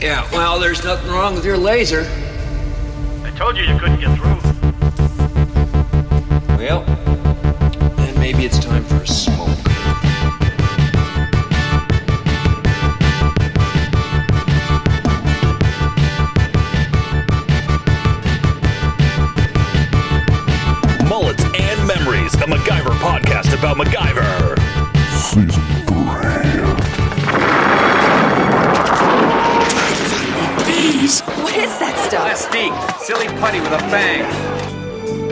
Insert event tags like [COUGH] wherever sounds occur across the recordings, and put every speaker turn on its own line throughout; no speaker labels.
Yeah, well, there's nothing wrong with your laser.
I told you you couldn't get through.
Well, then maybe it's time for a smoke.
Mullets and Memories, a MacGyver podcast about MacGyver.
Season 3.
What is that stuff?
Mystique, silly putty with a bang.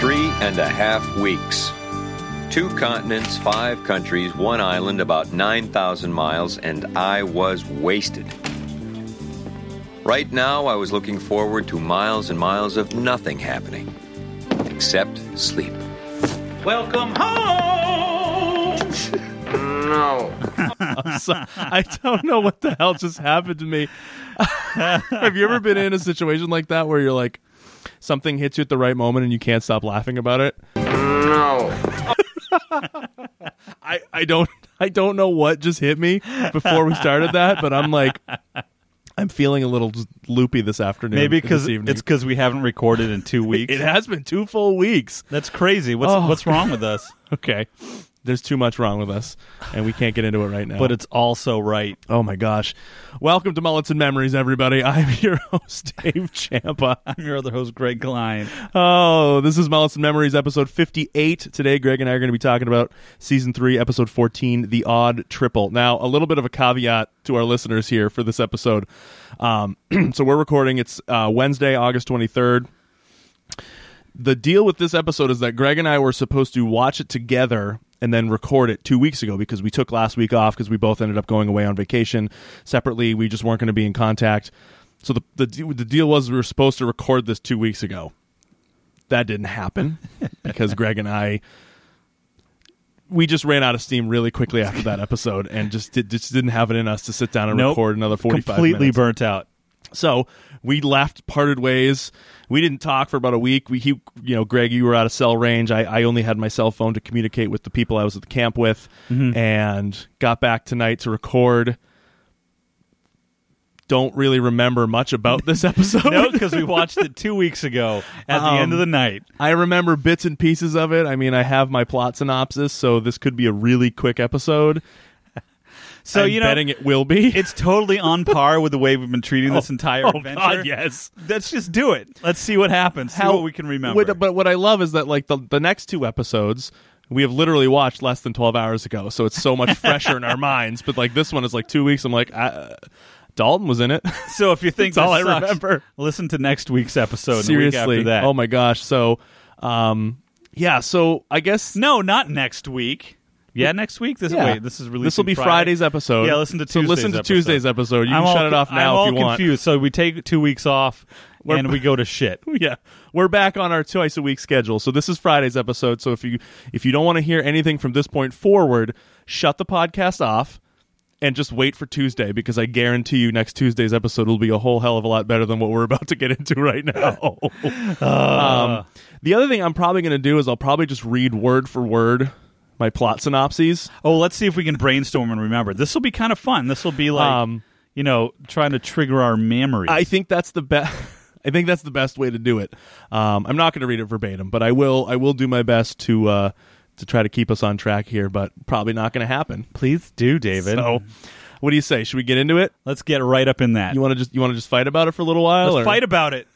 Three and a half weeks. Two continents, five countries, one island, about 9,000 miles, and I was wasted. Right now, I was looking forward to miles and miles of nothing happening except sleep.
Welcome home!
No.
[LAUGHS] So- I don't know what the hell just happened to me. [LAUGHS] Have you ever been in a situation like that where you're like, something hits you at the right moment and you can't stop laughing about it?
No.
[LAUGHS] I, I don't I don't know what just hit me before we started that, but I'm like, I'm feeling a little just loopy this afternoon.
Maybe
because
because it's because we haven't recorded in [LAUGHS] two weeks.
it has been two full weeks.
That's crazy. What's
Oh.
what's wrong with us?
[LAUGHS] Okay, there's too much wrong with us, and we can't get into it right now.
[LAUGHS] But it's also right. [LAUGHS]
Oh my gosh. Welcome to Mullets and Memories, everybody. [LAUGHS] I'm your host, Dave Champa.
I'm your other host, Greg Klein.
Oh, this is Mullets and Memories, episode 58. Today, Greg and I are going to be talking about season three, episode 14, The Odd Triple. Now, a little bit of a caveat to our listeners here for this episode. Um, [CLEARS THROAT] so, we're recording, it's uh, Wednesday, August 23rd. The deal with this episode is that Greg and I were supposed to watch it together and then record it two weeks ago because we took last week off because we both ended up going away on vacation separately. We just weren't going to be in contact. So the, the de- the deal was we were supposed to record this two weeks ago. That didn't
[LAUGHS]
happen because Greg and I we just ran out of steam really quickly after that episode and just did, just didn't have it in us to sit down and
Nope.
record another forty five
Completely
minutes.
burnt [LAUGHS] out.
So we left, parted ways. We didn't talk for about a week. We, he, you know, Greg, you were out of cell range. I, I only had my cell phone to communicate with the people I was at the camp with,
Mm-hmm.
and got back tonight to record. Don't really remember much about this [LAUGHS] episode.
No, because we watched it two weeks ago at the end of the night.
I remember bits and pieces of it. I mean, I have my plot synopsis, so this could be a really quick episode.
[LAUGHS] So
I'm
you know,
betting it will be.
it's totally on par with the way we've been treating [LAUGHS] this
[LAUGHS]
entire
oh
adventure.
God, yes.
Let's just do it. Let's see what happens. see what we can remember.
What- but what I love is that like the the next two episodes we have literally watched less than twelve hours ago, so it's so
[LAUGHS]
much fresher in our minds. But like this one is like two weeks. I'm like, I, uh, Dalton was in it.
[LAUGHS] so if you think
That's all
this
I
sucks,
remember.
listen to next week's episode. and the week
Seriously,
after that.
oh my gosh. So, um, yeah. So I guess
No, not next week. Yeah, next week. This
Yeah.
wait, this is released.
This will
on
be
Friday.
Friday's episode.
Yeah, listen to
So
Tuesday's
listen to
episode.
Tuesday's episode. You
I'm
can
all,
shut it off now
I'm
if
all
you want.
confused. So we take two weeks off
We're-
and we go
[LAUGHS]
to [LAUGHS] shit.
Oh, yeah we're back on our twice a week schedule so this is friday's episode so if you if you don't want to hear anything from this point forward shut the podcast off and just wait for tuesday because i guarantee you next tuesday's episode will be a whole hell of a lot better than what we're [LAUGHS] about to get into right now um, the other thing i'm probably going to do is i'll probably just read word for word my plot synopses
Oh, let's see if we can brainstorm and remember. This will be kind of fun. This will be like
Um,
you know trying to trigger our memories.
I think that's the best. [LAUGHS] I think that's the best way to do it. Um, I'm not going to read it verbatim, but I will. I will do my best to uh, to try to keep us on track here, but probably not going to happen.
Please do, David.
So, what do you say? Should we get into it?
Let's get right up in that.
You want to just you want to just fight about it for a little while?
let's
or-
fight about [LAUGHS] it.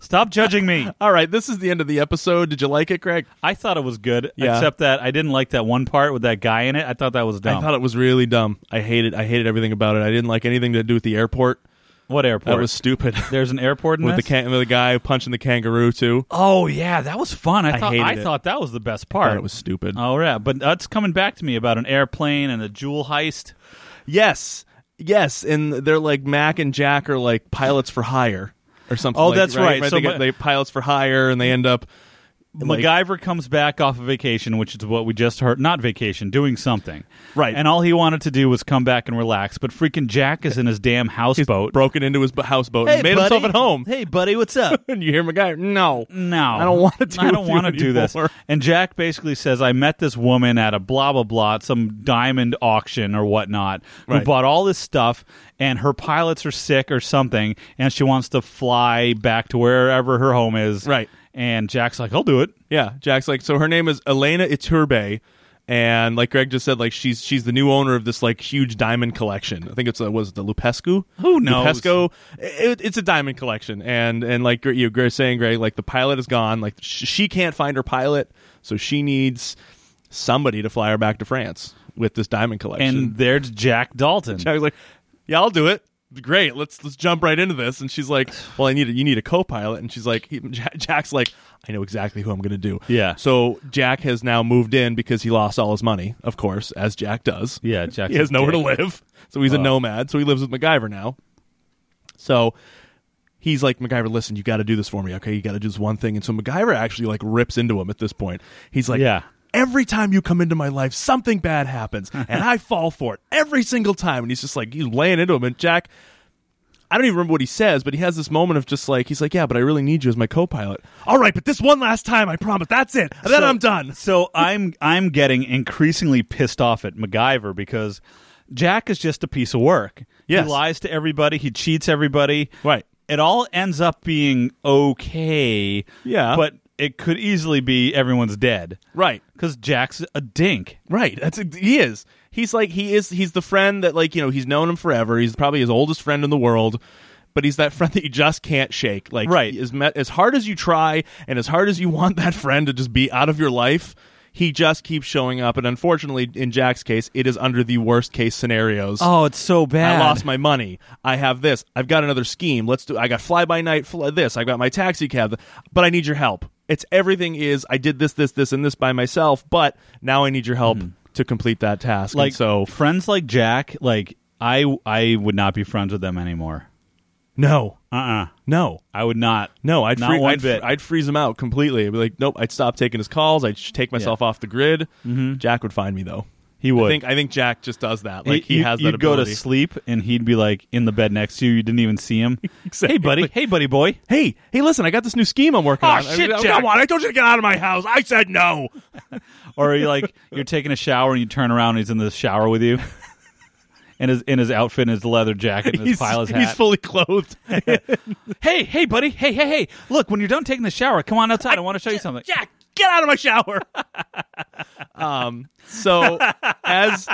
Stop judging me.
All right, this is the end of the episode. Did you like it, Greg?
I thought it was good,
Yeah.
except that I didn't like that one part with that guy in it. I thought that was dumb.
I thought it was really dumb. I hated. I hated everything about it. I didn't like anything to do with the airport.
what
That
airport?
was stupid.
[LAUGHS]
[LAUGHS]
There's an airport in
with the
this?
can- with the guy punching the kangaroo too.
Oh yeah, that was fun. I,
I
thought
hated
I
it.
thought that was the best
I
part.
thought it was stupid.
Oh yeah, but that's coming back to me about an airplane and a jewel heist.
Yes, yes, and they're like Mac and Jack are like pilots for hire or something.
Oh,
like-
that's right.
right.
So
they,
my-
get, they pilots for hire, and they end up like-
MacGyver comes back off a vacation, which is what we just heard. Not vacation, doing something.
Right.
And all he wanted to do was come back and relax. But freaking Jack is in his damn houseboat.
broken into his b- houseboat
hey,
and made
buddy.
himself at home.
Hey, buddy, what's up?
And [LAUGHS] you hear MacGyver? No,
No,
I don't want to. Do
I don't
want to
do this. And Jack basically says, "I met this woman at a blah blah blah, at some diamond auction or whatnot, who
Right.
bought all this stuff, and her pilots are sick or something, and she wants to fly back to wherever her home is."
Right.
And Jack's like, "I'll do it."
Yeah, Jack's like so her name is Elena Iturbe and like Greg just said like she's she's the new owner of this like huge diamond collection. I think it's uh, was it the Lupescu?
Who knows?
Lupescu. It, it's a diamond collection and and like you Greg saying Greg like the pilot is gone like sh- she can't find her pilot so she needs somebody to fly her back to France with this diamond collection.
And there's Jack
[LAUGHS]
Dalton.
I was like, "Yeah, I'll do it. Great, let's let's jump right into this." And she's like, "Well, I need a, you need a co-pilot." And she's like, he- [LAUGHS] Ja- "Jack's like, I know exactly who I'm going to do."
Yeah.
So Jack has now moved in because he lost all his money, of course, as Jack does.
Yeah, Jack.
[LAUGHS] He has nowhere to live, so he's a
Wow.
nomad. So he lives with MacGyver now. So he's like MacGyver, listen, you got to do this for me, okay? You got to do this one thing. And so MacGyver actually like rips into him at this point. He's like,
Yeah.
Every time you come into my life, something bad
[LAUGHS]
happens, and I fall for it every single time. And he's just like he's laying into him. And Jack, I don't even remember what he says, but he has this moment of just like he's like, yeah, but I really need you as my co-pilot. All right, but this one last time, I promise. That's it. And then
So-
I'm done.
So I'm I'm getting increasingly pissed off at MacGyver because Jack is just a piece of work.
Yes.
He lies to everybody. He cheats everybody.
Right.
It all ends up being okay.
Yeah.
But it could easily be everyone's dead.
Right.
Because Jack's a dink.
Right. That's he is. He's like he is. He's the friend that like you know he's known him forever. He's probably his oldest friend in the world. But he's that [LAUGHS] friend that you just can't shake. Like
Right.
as me- as hard as you try and as hard as you want that friend to just be out of your life, he just keeps showing up. And unfortunately, in Jack's case, it is under the worst case scenarios.
Oh, it's so bad.
I lost my money. I have this. I've got another scheme. Let's do. I got fly by night. Fly this. I've got my taxi cab. But I need your help. It's everything is. I did this, this, this, and this by myself. But now I need your help to complete that task. And
Hmm. like
so, f-
friends like Jack. Like I I would not be friends with them anymore.
no,
Uh uh
no,
I would not.
Uh-uh. no. I'd
not
free-
one
I'd,
bit.
I'd freeze him out completely. I'd be like, nope. I'd stop taking his calls. I'd sh- take myself off the grid. Jack would find me though.
Mm-hmm. he would.
I think I think Jack just does that. Like he,
you-
has that
you'd
ability.
go to sleep and he'd be like in the bed next to you. You didn't even see
[LAUGHS]
him. Hey, buddy. Hey, buddy boy.
hey, hey, listen, I got this new scheme I'm working
Aw,
on. I-
shit,
I,
Jack.
Come on, I told you to get out of my house. I said no.
Or you
[LAUGHS]
like you're taking a shower and you turn around and he's in the shower with you. In his in his outfit and his leather jacket and his pilot's hat.
he's fully clothed.
hey, hey, buddy. Hey, hey, hey. Look, when you're done taking the shower, come on outside. I, want to show you something.
[LAUGHS] Jack, get out of my shower. [LAUGHS] um, so as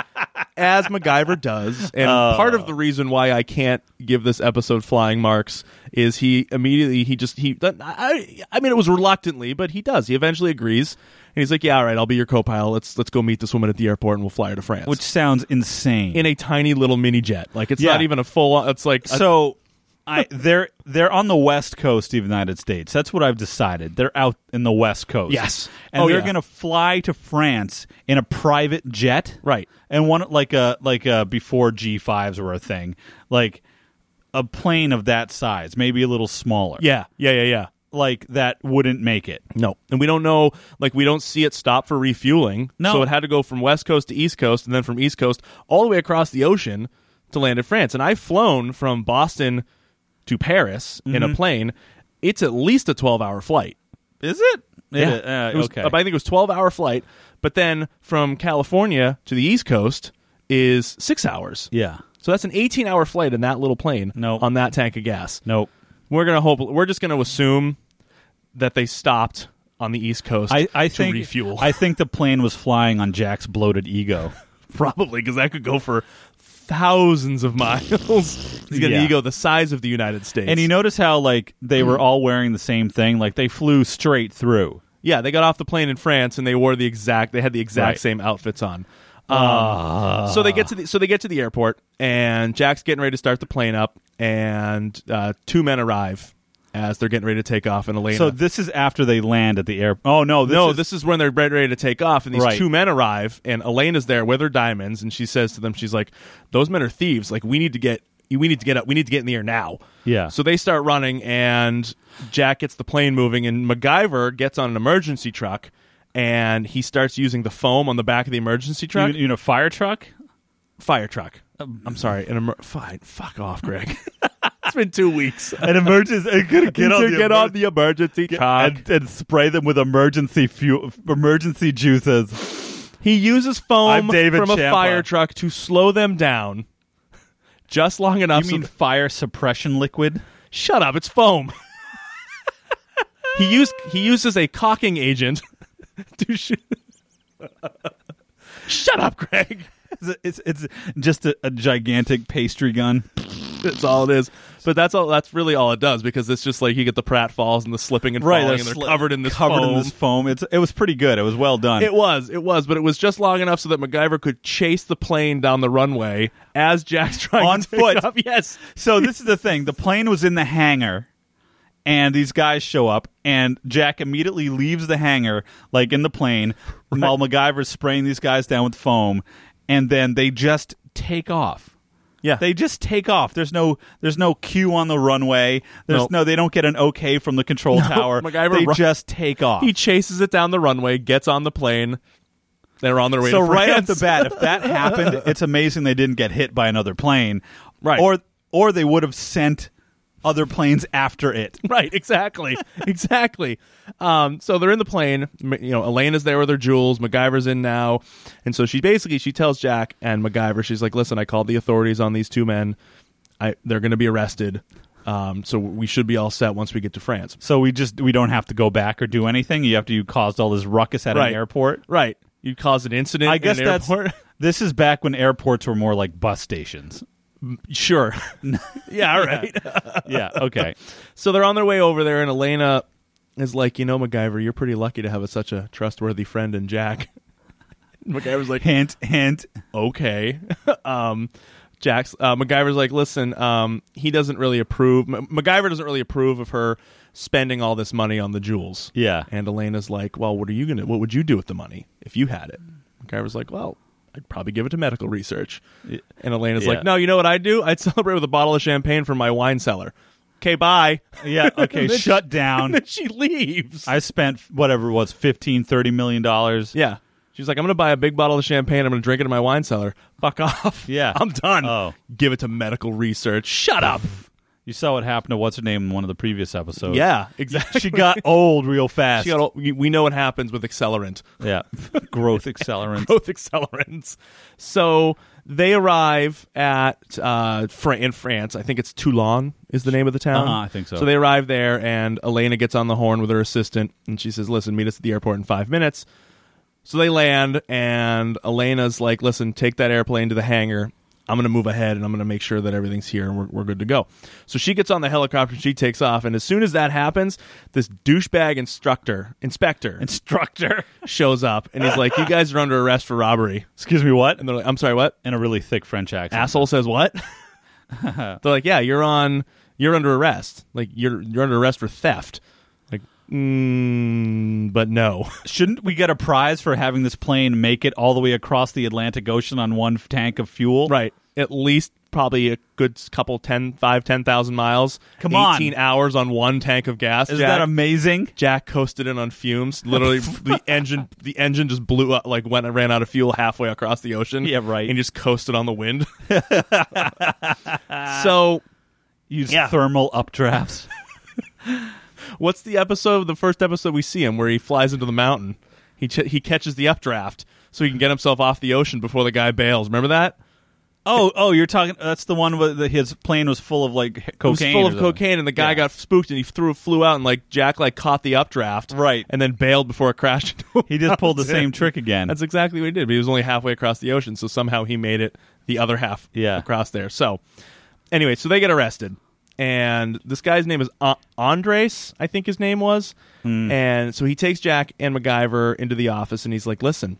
as MacGyver does, and part of the reason why I can't give this episode flying marks is he immediately he just he I I mean it was reluctantly, but he does. He eventually agrees. And he's like, "Yeah, all right, I'll be your co-pilot. Let's let's go meet this woman at the airport, and we'll fly her to France."
Which sounds insane.
in a tiny little mini jet, like it's not
Yeah.
even a full. It's like a-
so I they're they're on the west coast of the United States. That's what I've decided. They're out in the west coast.
Yes.
And
Oh,
they're
yeah.
gonna fly to France in a private jet.
Right.
And one like a like a before G fives were a thing. Like a plane of that size, maybe a little smaller.
yeah, yeah, yeah, yeah.
Like that wouldn't make it.
No. And we don't know, like, we don't see it stop for refueling.
No.
So it had to go from West Coast to East Coast and then from East Coast all the way across the ocean to land in France. And I've flown from Boston to Paris in
Mm-hmm.
a plane. It's at least a 12 hour flight.
Is it?
Yeah.
uh,
It was-
okay.
I think it was 12 hour flight. But then from California to the East Coast is six hours.
yeah.
So that's an 18 hour flight in that little plane
No.
on that tank of gas.
Nope.
We're gonna hope. We're just gonna assume that they stopped on the East Coast.
I, I
to
think
refuel.
I think the plane was flying on Jack's
[LAUGHS]
bloated ego.
probably because that could go for thousands of [LAUGHS] miles. He's got
Yeah.
an ego the size of the United States.
And you notice how like they were all wearing the same thing, like they flew straight through.
yeah, they got off the plane in France and they wore the exact. They had the exact
Right. Ah.
same outfits on. Um, So they get to the so they get to the airport and Jack's getting ready to start the plane up and uh, two men arrive as they're getting ready to take off and Elena.
So this is after they land at the airport. Oh no, this
no,
is,
this is when they're re- ready to take off, and these
Right.
two men arrive, and Elena's there with her diamonds, and she says to them, "She's like, those men are thieves. Like, we need to get we need to get up. We need to get in the air now.
Yeah.
So they start running, and Jack gets the plane moving, and MacGyver gets on an emergency truck, and he starts using the foam on the back of the emergency
You,
truck,
you know,
[LAUGHS]
fire truck.
fire truck. I'm sorry, an emer- fine. Fuck off, Greg. Um, [LAUGHS] it's been two [LAUGHS] weeks.
An emergency. I [LAUGHS] could
Get on, the, emergency truck.
and, and spray them with emergency fuel, emergency juices.
He uses foam
I'm David
from a
Ciampa.
fire truck to slow them down, just long
You
enough. so
mean
th-
fire suppression liquid?
Shut up! It's foam. [LAUGHS] he used he uses a caulking agent [LAUGHS] to shoot. [LAUGHS] Shut up, Greg.
It's, it's, it's just a, a gigantic pastry gun.
That's all it is. But that's all. That's really all it does because it's just like you get the pratfalls and the slipping and falling, and they're
sli-
covered in this
covered
foam.
in this foam. It's it was pretty good. It was well
[LAUGHS]
done.
It was, it was, but it was just long enough so that MacGyver could chase the plane down the runway as Jack's trying
On
to pick
foot.
Up. Yes,
so this is the thing. The plane was in the hangar, and these guys show up, and Jack immediately leaves the hangar, like in the plane, while MacGyver's spraying these guys down with foam, and then they just take off.
yeah.
They just take off. There's no there's no queue on the runway. There's
Nope.
no they don't get an okay from the control tower.
MacGyver
they
run-
just take off.
He chases it down the runway, gets on the plane. They're on their way
so
to
right off
France.
the bat, if that happened, it's amazing they didn't get hit by another plane,
Right.
Or or they would have sent other planes after it.
[LAUGHS] right, exactly, [LAUGHS] exactly. Um, so they're in the plane. M- You know, Elena's there with her jewels. MacGyver's in now, and so she basically she tells Jack and MacGyver, she's like, "Listen, I called the authorities on these two men. I they're going to be arrested. Um, so we should be all set once we get to France."
So we just we don't have to go back or do anything. You have to you caused all this ruckus at
Right.
an airport.
Right. You cause an incident.
I
in
guess
an
that's
airport. [LAUGHS]
this is back when airports were more like bus stations.
sure.
[LAUGHS]
yeah. All right.
Yeah.
[LAUGHS]
Okay.
So they're on their way over there, and Elena is like, you know, MacGyver, you're pretty lucky to have a, such a trustworthy friend in Jack. [LAUGHS] MacGyver's like,
hint. Hint.
okay. [LAUGHS] um, Jack's uh, MacGyver's like, listen, um, he doesn't really approve. M- MacGyver doesn't really approve of her spending all this money on the jewels.
Yeah.
And Elena's like, well, what are you gonna? What would you do with the money if you had it? MacGyver's like, well. I'd probably give it to medical research. And Elena's
Yeah.
like, no, you know what I'd do? I'd [LAUGHS] celebrate with a bottle of champagne from my wine cellar. Okay, bye. [LAUGHS]
Yeah. Okay.
And then [LAUGHS]
shut
And
down.
then she leaves.
I spent whatever it was 15 30 million dollars.
yeah. She's like, I'm going to buy a big bottle of champagne. I'm going to drink it in my wine cellar. Fuck off.
Yeah.
[LAUGHS] I'm done.
Oh.
Give it to medical research. Shut [LAUGHS] up.
You saw what happened to what's her name in one of the previous episodes.
yeah, exactly.
She [LAUGHS] got old real fast.
She got all- we we know what happens with accelerant,
[LAUGHS] Yeah. Growth accelerant.
both [LAUGHS] accelerants. So they arrive at uh, Fran- in France. I think it's Toulon is the name of the town.
Uh-huh, I think so.
So they arrive there, and Elena gets on the horn with her assistant, and she says, "Listen, meet us at the airport in five minutes." So they land, and Elena's like, listen, take that airplane to the hangar. I'm going to move ahead and I'm going to make sure that everything's here and we're, we're good to go. So she gets on the helicopter and she takes off. And as soon as that happens, this douchebag instructor, inspector,
[LAUGHS] Instructor.
shows up and he's like, you guys are under arrest for robbery.
Excuse me, what?
And they're like, I'm sorry, what?
In a really thick French accent.
Asshole says what? [LAUGHS]
[LAUGHS]
they're like, yeah, you're on, you're under arrest. Like, you're, you're under arrest for theft. Like, mm, but no. [LAUGHS]
Shouldn't we get a prize for having this plane make it all the way across the Atlantic Ocean on one f- tank of fuel?
Right. At least probably a good couple 10, 5, 10,000 miles.
Come on.
18 hours on one tank of gas.
Is
Jack.
that amazing?
Jack coasted in on fumes.
[LAUGHS]
Literally, the engine the engine just blew up, like went and ran out of fuel halfway across the ocean.
Yeah, right.
And just coasted on the
[LAUGHS]
wind. [LAUGHS] so,
Use
Yeah.
thermal updrafts.
what's the episode? The first episode we see him where he flies into the mountain. He ch- he catches the updraft so he can get himself off the ocean before the guy bails. Remember that?
[LAUGHS] oh, oh, you're talking. That's the one where the, his plane was full of like h-
It was
cocaine.
full
or
of
something. [LAUGHS]
cocaine, and the guy
Yeah.
got spooked, and he threw flew out, and like Jack like caught the updraft,
Right.
and then bailed before it crashed. Into
He just pulled the
That's
same
it. [LAUGHS]
trick again.
That's exactly what he did. But he was only halfway across the ocean, so somehow he made it the other half
Yeah.
across there. So anyway, so they get arrested, and this guy's name is A- Andres, I think his name was, and so he takes Jack and MacGyver into the office, and he's like, "Listen,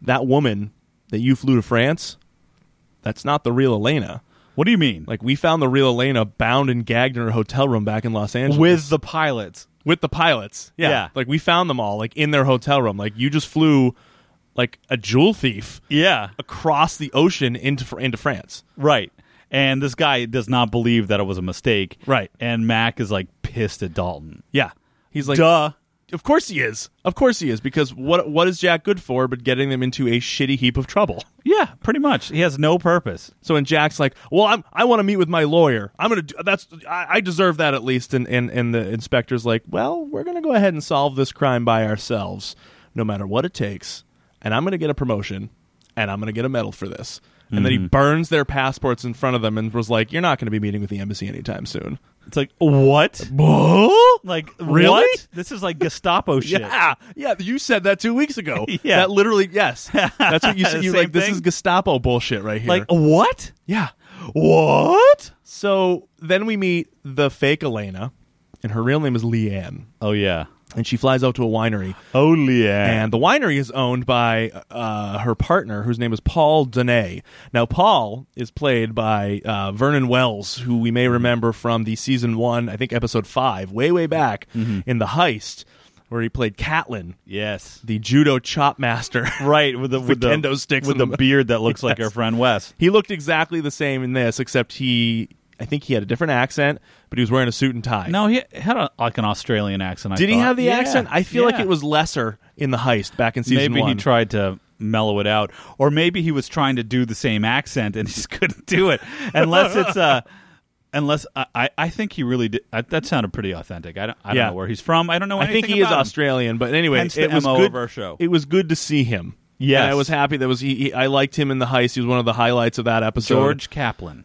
that woman that you flew to France, that's not the real Elena."
what do you mean?
Like we found the real Elena bound and gagged in her hotel room back in Los Angeles
with the pilots.
with the pilots. Yeah.
Yeah.
Like we found them all like in their hotel room. Like you just flew like a jewel thief
Yeah.
across the ocean into fr- into France.
Right. And this guy does not believe that it was a mistake.
Right.
And Mac is like pissed at Dalton.
Yeah. He's like,
Duh.
Of course he is. Of course he is. Because what what is Jack good for but getting them into a shitty heap of trouble?
Yeah, pretty much. He has no purpose.
So when Jack's like, "Well, I'm I want to meet with my lawyer. I'm gonna do, that's I, I deserve that at least," and and and the inspector's like, "Well, we're gonna go ahead and solve this crime by ourselves, no matter what it takes, and I'm gonna get a promotion, and I'm gonna get a medal for this." And
Mm-hmm.
then he burns their passports in front of them and was like, "You're not gonna be meeting with the embassy anytime soon."
It's like what?
Like,
[LAUGHS] Like
Really?
what? This is like [LAUGHS] Gestapo shit.
yeah, yeah, you said that two weeks ago.
[LAUGHS] Yeah.
that literally, yes, that's
[LAUGHS]
what you said. You
Same
like this
thing?
is Gestapo bullshit right here.
Like oh. what?
yeah,
What?
So then we meet the fake Elena, and her real name is Leanne,
Oh yeah.
and she flies out to a winery.
Oh yeah.
And the winery is owned by uh, her partner, whose name is Paul Dene. Now, Paul is played by uh, Vernon Wells, who we may remember from the season one, I think episode five, way, way back in The Heist, where he played Catlin,
Yes.
the judo chop master. [LAUGHS]
Right with the, with the
kendo sticks
with the
and the-
beard [LAUGHS] that looks like
Yes.
our friend Wes.
He looked exactly the same in this, except he, I think he had a different accent, but he was wearing a suit and tie.
No, he had a, like an Australian accent. I
Did he
thought.
have the
Yeah,
accent? I feel like
yeah.
it was lesser in the heist back in season
maybe
one.
he tried to mellow it out, or maybe he was trying to do the same accent and [LAUGHS] he just couldn't do it. Unless it's uh unless I, I, I think he really did. I, that sounded pretty authentic. I don't, I
Yeah.
don't know where he's from. I don't know.
I think
anything
he is
about him.
Australian, but anyway,
Hence the
it was
MO
good.
of our show.
It was good to see him.
Yes.
and I was happy that was he, he. I liked him in the heist. He was one of the highlights of that episode.
George Kaplan.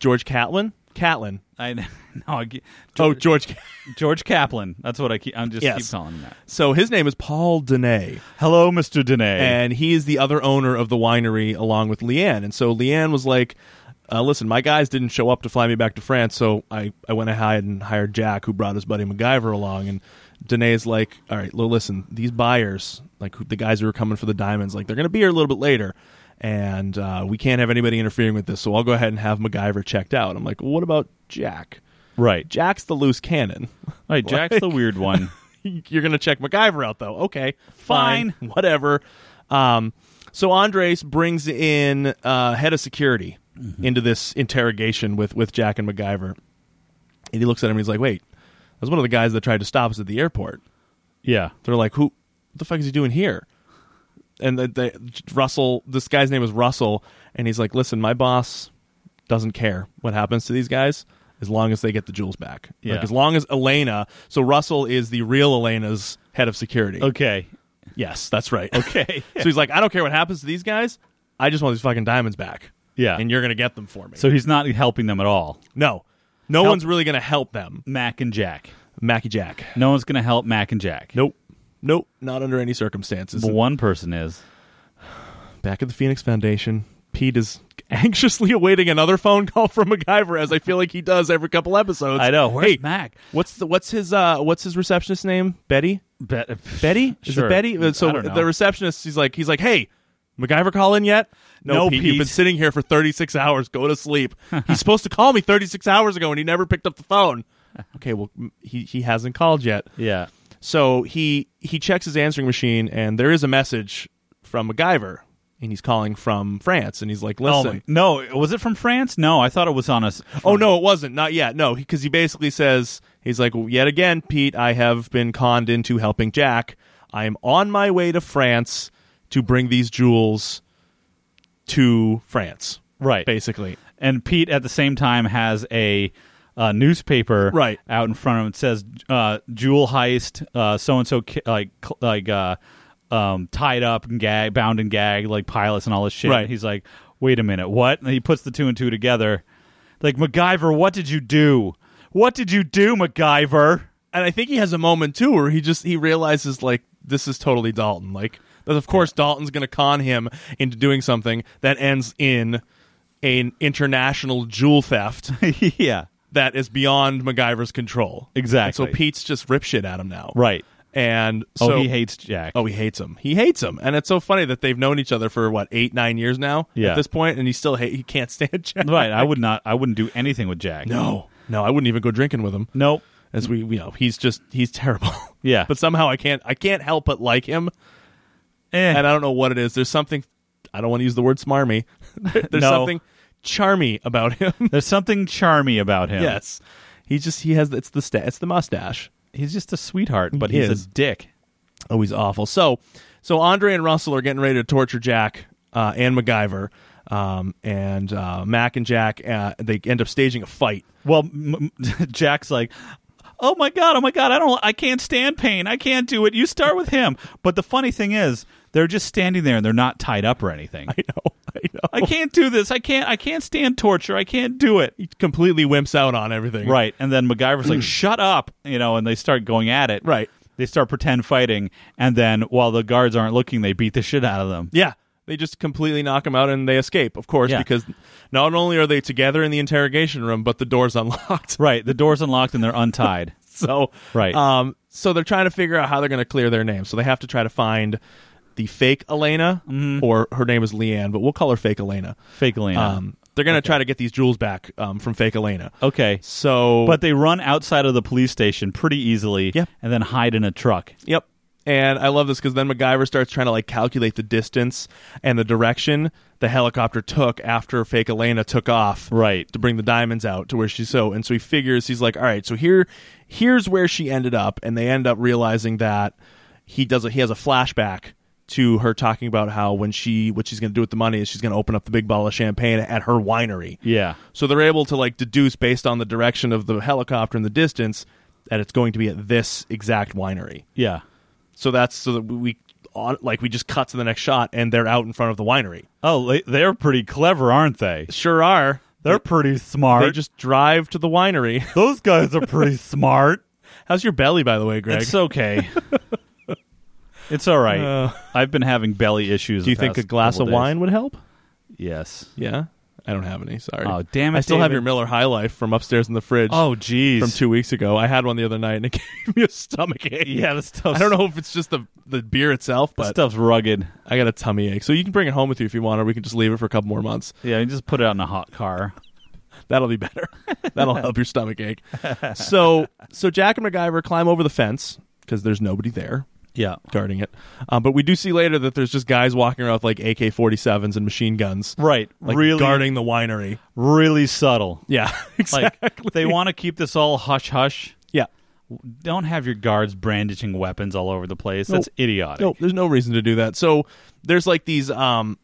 George Catlin, Catlin.
I [LAUGHS] no, I, ge-
Oh, George. Cat-
George Kaplan. That's what I keep. I'm just
Yes.
keep calling him that.
[LAUGHS] So his name is Paul Dene,
Hello, Mr. Dene.
and he is the other owner of the winery along with Leanne. And so Leanne was like, uh, "Listen, my guys didn't show up to fly me back to France, so I I went ahead and hired Jack, who brought his buddy MacGyver along." And Danae's like, "All right, well, listen, these buyers, like who- the guys who were coming for the diamonds, like they're going to be here a little bit later." And uh, we can't have anybody interfering with this, so I'll go ahead and have MacGyver checked out. I'm like, well, what about Jack?
right,
Jack's the loose cannon. [LAUGHS]
right. Jack's the weird one.
You're going to check MacGyver out, though. Okay,
Fine.
[LAUGHS] whatever. Um, so Andres brings in uh, head of security into this interrogation with with Jack and MacGyver, and he looks at him. and He's like, "Wait, that's one of the guys that tried to stop us at the airport."
Yeah,
They're like, "Who? What the fuck is he doing here?" And the, the, Russell, this guy's name is Russell, and he's like, "Listen, my boss doesn't care what happens to these guys as long as they get the jewels back.
Yeah.
Like as long as Elena. So Russell is the real Elena's head of security.
Okay.
Yes, that's right. [LAUGHS]
Okay.
so he's like, I don't care what happens to these guys. I just want these fucking diamonds back.
Yeah.
and you're gonna get them for me.
So he's not helping them at all.
no, no
Help-
one's really gonna help them.
Mac and Jack.
Mackie Jack.
No one's going to help Mac and Jack.
Nope. Nope, not under any circumstances.
But one person is.
back at the Phoenix Foundation. Pete is [LAUGHS] anxiously awaiting another phone call from MacGyver, as I feel like he does every couple episodes.
I know. Where's
hey,
Mac?
What's the what's his uh what's his receptionist's name? Betty.
Bet-
Betty is
Sure.
it Betty? Uh, So
I don't know.
the receptionist, he's like he's like, hey, MacGyver call in yet?
No,
You've
Pete.
been sitting here for thirty six hours. Go to
[LAUGHS]
sleep. he's supposed to call me thirty six hours ago, and he never picked up the phone. Okay, well m- he he hasn't called yet.
Yeah.
So he he checks his answering machine, and there is a message from MacGyver, and he's calling from France, and he's like,
Oh
"Listen,
my- no, was it from France? No, I thought it was on us.
oh, no, it wasn't, not yet, no," because he basically says he's like, "Yet again, Pete, I have been conned into helping Jack. I am on my way to France to bring these jewels to France."
Right.
Basically,
And Pete at the same time has a uh, newspaper
Right.
out in front of him. It says uh, jewel heist, uh, so and so like cl- like uh, um, tied up and gag, bound and gagged, like pilots and all this shit.
Right.
And he's like, wait a minute, what? And he puts the two and two together. Like MacGyver, what did you do? What did you do, MacGyver?
and I think he has a moment too where he just he realizes like this is totally Dalton. Like that of course Dalton's going to con him into doing something that ends in an international jewel
[LAUGHS]
theft
yeah.
that is beyond MacGyver's control.
Exactly.
And so Pete's just rip shit at him now.
Right.
And
Oh,
so
he hates Jack.
Oh, he hates him. He hates him, and it's so funny that they've known each other for what eight, nine years now.
Yeah.
At this point, and he still hate. He can't [LAUGHS] stand Jack.
right. I would not. I wouldn't do anything with Jack.
No. No, I wouldn't even go drinking with him.
Nope.
as we you know he's just he's terrible [LAUGHS]
Yeah.
but somehow i can't i can't help but like him
Eh. uh,
and i don't know what it is there's something i don't want to use the word smarmy [LAUGHS] there's
No.
something charmy about him. [LAUGHS]
There's something charmy about him.
yes, he just he has it's the sta- it's the mustache.
He's just a sweetheart, but
He
he's
is.
a dick.
Oh, he's awful. So, so Andre and Russell are getting ready to torture Jack uh, and MacGyver, um, and uh, Mac and Jack uh, they end up staging a fight. [LAUGHS]
Well, m- m- [LAUGHS] Jack's like, "Oh my god, oh my god, I don't I can't stand pain. I can't do it. You start with him." But the funny thing is, they're just standing there and they're not tied up or anything.
I know, I know.
I can't do this. I can't I can't stand torture. I can't do it.
He completely wimps out on everything.
Right. And then
[CLEARS THROAT]
MacGyver's like, shut up, you know, and they start going at it.
Right.
They start pretend fighting, and then while the guards aren't looking, they beat the shit out of them.
Yeah. They just completely knock him out and they escape, of course,
Yeah.
because not only are they together in the interrogation room, but the door's [LAUGHS] unlocked.
Right. The door's unlocked and they're
[LAUGHS]
untied.
So
Right.
um, so they're trying to figure out how they're going to clear their name. So they have to try to find the fake Elena,
Mm-hmm.
or her name is Leanne, but we'll call her fake Elena.
Fake Elena.
Um, they're going to try to get these jewels back um, from fake Elena.
okay.
So,
But they run outside of the police station pretty easily
Yeah.
and then hide in a truck.
Yep. And I love this because then MacGyver starts trying to like calculate the distance and the direction the helicopter took after fake Elena took off,
Right.
to bring the diamonds out to where she's so. And so he figures he's like, all right, so here, here's where she ended up, and they end up realizing that he does a, he has a flashback to her talking about how when she what she's going to do with the money is she's going to open up the big bottle of champagne at her winery.
Yeah.
So they're able to like deduce based on the direction of the helicopter and the distance that it's going to be at this exact winery.
Yeah.
So that's so that we like we just cut to the next shot and they're out in front of the winery.
Oh, they- they're pretty clever, aren't they?
Sure are.
They're pretty smart.
[LAUGHS] They just drive to the
[LAUGHS]
winery.
Those guys are pretty smart.
How's your belly, by the way, Greg?
[LAUGHS]
[LAUGHS]
It's okay. it's all right.
Uh.
I've been having belly issues.
Do you
the
think a
past
glass
couple
of
days.
wine would help?
Yes.
Yeah, I don't have any. Sorry.
Oh, damn it,
I still have
David.
your Miller High Life from upstairs in the fridge.
Oh, jeez.
from two weeks ago. I had one the other night and it [LAUGHS] gave me a stomach ache.
[LAUGHS] Yeah, the stuff's,
I don't know if it's just the the beer itself,
The
but
stuff's rugged.
I got a tummy ache. So you can bring it home with you if you want, or we can just leave it for a couple more months.
Yeah, you just put it out in a hot car.
That'll be better. [LAUGHS] That'll help your stomach ache. So so Jack and MacGyver climb over the fence because there's nobody there
Yeah.
guarding it. Um, but we do see later that there's just guys walking around with like AK-47s and machine guns,
Right.
Like
really,
guarding the winery.
really subtle.
[LAUGHS] Yeah, exactly.
Like they want to keep this all hush hush.
yeah.
Don't have your guards brandishing weapons all over the place. That's
Nope.
idiotic.
No, there's no reason to do that. So there's like these um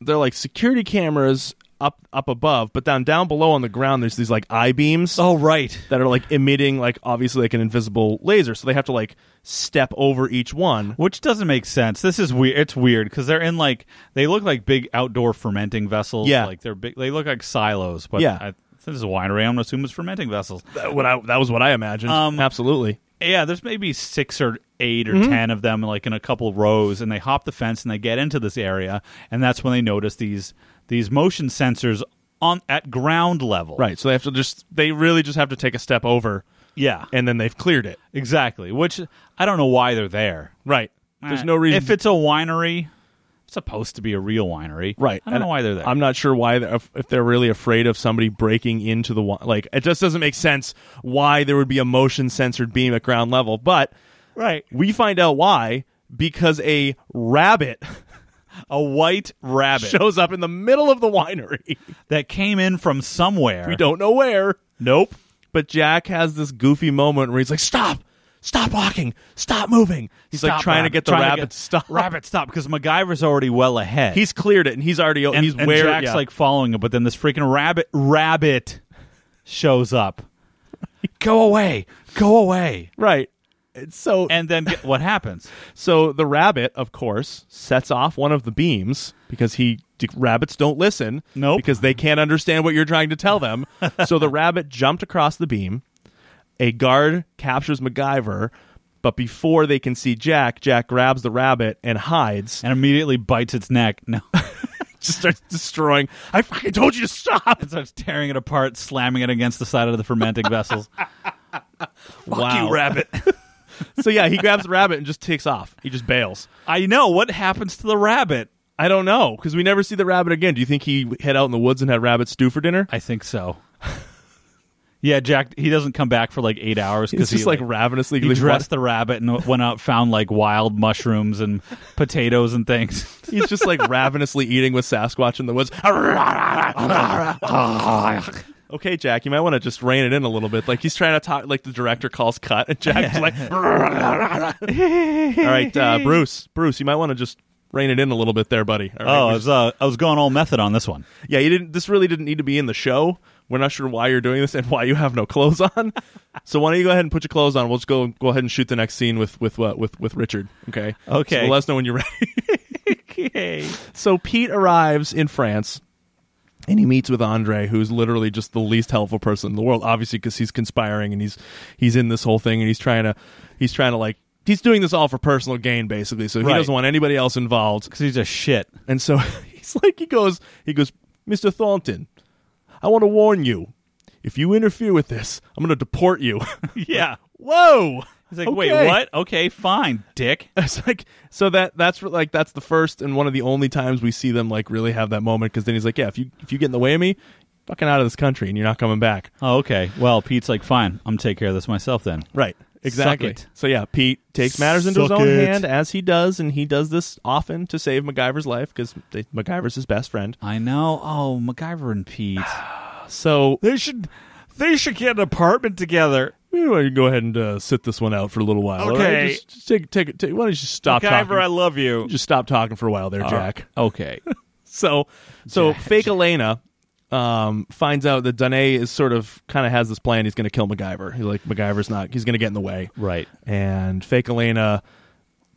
they're like security cameras up up above, but down down below on the ground there's these like eye beams
Oh, right.
that are like emitting like obviously like an invisible laser. So they have to like step over each one.
Which doesn't make sense. This is weird. It's weird because they're in like they look like big outdoor fermenting vessels.
Yeah.
like they're big. They look like silos. But
Yeah.
I, this is a winery. I'm gonna assume it's fermenting vessels.
That, uh, what I, that was what I imagined.
Um,
Absolutely.
Yeah, there's maybe six or eight or
Mm-hmm.
ten of them, like in a couple of rows, and they hop the fence and they get into this area, and that's when they notice these these motion sensors on at ground level.
Right. So they have to just they really just have to take a step over
Yeah.
and then they've cleared it.
exactly. Which I don't know why they're there.
Right. There's
Uh,
no reason
If it's a winery, it's supposed to be a real winery.
Right.
I don't
And
know why they're there.
I'm not sure why they're, if, if they're really afraid of somebody breaking into the wi- like it just doesn't make sense why there would be a motion censored beam at ground level, but
right.
we find out why because a rabbit [LAUGHS]
A white rabbit
shows up in the middle of the winery.
that came in from somewhere.
We [LAUGHS] don't know where.
Nope.
But Jack has this goofy moment where he's like, "Stop. Stop walking. Stop moving." He's like
Stop,
trying to
rabbit.
get the
Trying
[LAUGHS] rabbit to, stop.
Rabbit, stop! Because MacGyver's already well ahead.
He's cleared it and he's already
and,
he's
and
where
Jack's
yeah.
like following him, but then this freaking rabbit rabbit shows up. [LAUGHS] go away, go away!
right. It's So
And then get, what happens?
So the rabbit, of course, sets off one of the beams because he d- rabbits don't listen.
Nope.
because they can't understand what you're trying to tell
[LAUGHS]
them. so the rabbit jumped across the beam. A guard captures MacGyver, but before they can see Jack, Jack grabs the rabbit and hides.
And immediately bites its neck. No,
Just starts destroying. I fucking told you to stop.
[LAUGHS] and starts tearing it apart, slamming it against the side of the fermenting [LAUGHS] vessels.
wow,
rabbit!
[LAUGHS] so yeah, he grabs the rabbit and just takes off. He just bails.
I know what happens to the rabbit.
I don't know because we never see the rabbit again. Do you think he head out in the woods and had rabbit stew for dinner?
I think so. Yeah, Jack. He doesn't come back for like eight hours
He's
because
just
he
like, ravenously
he
like,
dressed the rabbit and went out found like wild mushrooms and potatoes and things.
[LAUGHS] He's just like ravenously eating with Sasquatch in the [LAUGHS] woods. okay, Jack, you might want to just rein it in a little bit. Like he's trying to talk. Like the director calls cut, and Jack's [LAUGHS] like, "All right, uh, Bruce, Bruce, you might want to just rein it in a little bit there, buddy." All right,
Oh,
we
I was, uh, I was going all method on this one.
yeah, you didn't. This really didn't need to be in the show. We're not sure why you're doing this and why you have no clothes on. so why don't you go ahead and put your clothes on? We'll just go go ahead and shoot the next scene with with uh, with with Richard. Okay.
Okay.
So let us know when you're ready.
Okay.
[LAUGHS] so Pete arrives in France. And he meets with Andre, who's literally just the least helpful person in the world, obviously, because he's conspiring and he's he's in this whole thing and he's trying to he's trying to like he's doing this all for personal gain, basically. So he
Right.
doesn't want anybody else involved.
Because he's a shit.
And so [LAUGHS] he's like, he goes, he goes, Mr. Thornton, I want to warn you. If you interfere with this, I'm going to deport you. [LAUGHS]
Yeah.
Whoa!
He's like, wait, what? Okay, fine, dick.
[LAUGHS] It's like so that that's like that's the first and one of the only times we see them like really have that moment because then he's like, yeah, if you if you get in the way of me, fucking out of this country and you're not coming back.
Oh, okay. Well, Pete's like, fine, I'm gonna take care of this myself then.
Right. Exactly.
it.
So yeah, Pete takes matters into his
Suck
own
it.
hand as he does, and he does this often to save MacGyver's life because MacGyver's his best friend.
I know. Oh, MacGyver and Pete.
So
they should, [SIGHS] they should get an apartment together.
Maybe I can go ahead and uh, sit this one out for a little while. all right?
Okay.
Just, just take, take, take, why don't you just stop talking?
MacGyver, I love you.
just stop talking for a while there, Jack.
[LAUGHS] Okay.
So, so fake Elena um, finds out that Danae is sort of kind of has this plan. He's going to kill MacGyver. He's like MacGyver's not. He's going to get in the way.
right.
And fake Elena,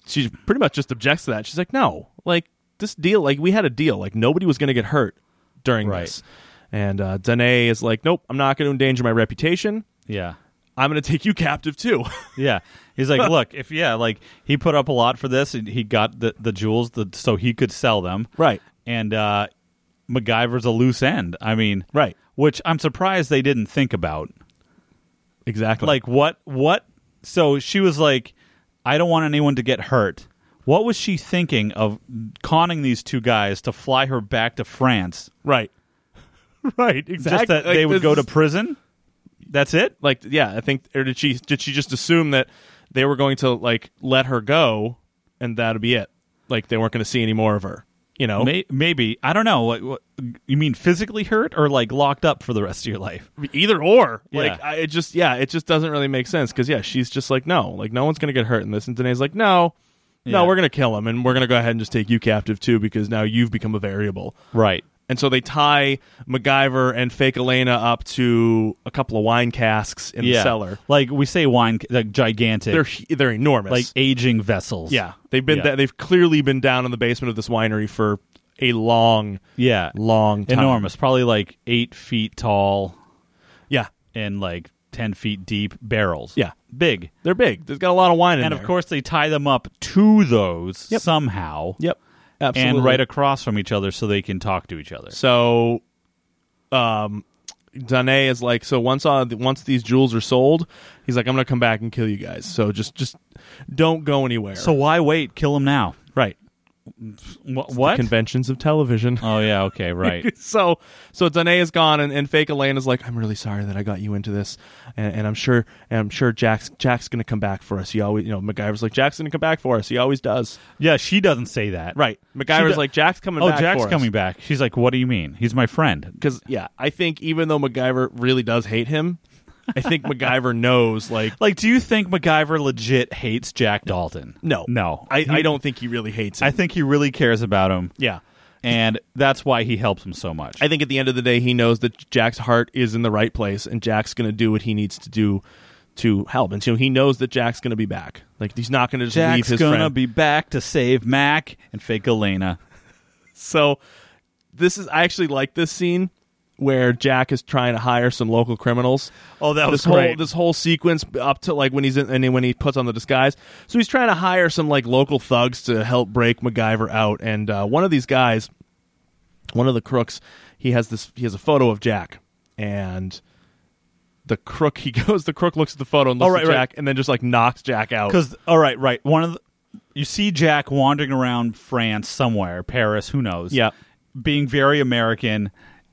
she pretty much just objects to that. She's like, no, like this deal. Like we had a deal. Like nobody was going to get hurt during
Right.
this. And uh, Danae is like, nope, I'm not going to endanger my reputation.
Yeah.
I'm going to take you captive too. [LAUGHS]
Yeah. He's like, look, if yeah, like he put up a lot for this, and he got the the jewels, the, so he could sell them.
right.
And uh MacGyver's a loose end. I mean,
Right.
Which I'm surprised they didn't think about.
Exactly.
like what what so she was like i don't want anyone to get hurt what was she thinking of conning these two guys to fly her back to france
right, [LAUGHS] right, exactly.
just that
Like,
they would
this
go to
is-
prison that's it
like yeah. I think or did she did she just assume that they were going to like let her go and that'd be it? Like they weren't going to see any more of her. You know,
May- maybe i don't know what, what you mean physically hurt or like locked up for the rest of your life
either or. Like
Yeah.
I, it just yeah, it just doesn't really make sense because yeah, she's just like no, like no one's going to get hurt in this, and Danae's like no. No,
Yeah.
we're gonna kill him, and we're gonna go ahead and just take you captive too, because now you've become a variable.
right
And so they tie MacGyver and Fake Elena up to a couple of wine casks in the
yeah
cellar.
like we say wine like gigantic
They're hu- they're enormous.
like aging vessels
yeah, they've been
Yeah.
they've clearly been down in the basement of this winery for a long,
yeah
long time.
enormous probably like eight feet tall
Yeah,
and like 10 feet deep barrels
Yeah.
big
they're big. There's got a lot of wine in
and
there.
of course they tie them up to those
Yep.
somehow
yep, absolutely.
and right across from each other so they can talk to each other
so, um, Danae is like, so once uh, once these jewels are sold, he's like, I'm gonna come back and kill you guys. So just just don't go anywhere.
so why wait kill them now
right,
Wh- what
conventions of television.
oh yeah okay
[LAUGHS]
right
so so Danae is gone and, and fake Elaine is like, I'm really sorry that I got you into this and, and I'm sure and I'm sure Jack's Jack's gonna come back for us. He always you know, MacGyver's like, Jack's gonna come back for us. He always does.
yeah she doesn't say that
Right. MacGyver's
do-
like, Jack's coming
oh
back.
jack's
for us.
coming back she's like what do you mean he's my friend
Because yeah, I think even though MacGyver really does hate him, I
[LAUGHS]
think MacGyver knows like
like do you think MacGyver legit hates jack dalton
no.
no
I,
He-
I don't think he really hates him.
i think he really cares about him
yeah.
and that's why he helps him so much
I think at the end of the day he knows that Jack's heart is in the right place and Jack's gonna do what he needs to do to help. And so he knows that Jack's gonna be back. Like he's not gonna just leave
Jack's
his
gonna
friend.
be back to save Mac and fake Elena.
So this is I actually like this scene where Jack is trying to hire some local criminals.
Oh, that
this whole this whole sequence up to like when he's in, and then when he puts on the disguise. So he's trying to hire some like local thugs to help break MacGyver out, and uh, one of these guys, one of the crooks, he has this he has a photo of Jack, and the crook [LAUGHS] he goes the crook looks at the photo and looks
Oh, right,
at
right.
Jack and then just like knocks Jack out.
Because all right, right. One of the, you see Jack wandering around France somewhere, Paris, who knows?
Yeah.
being very American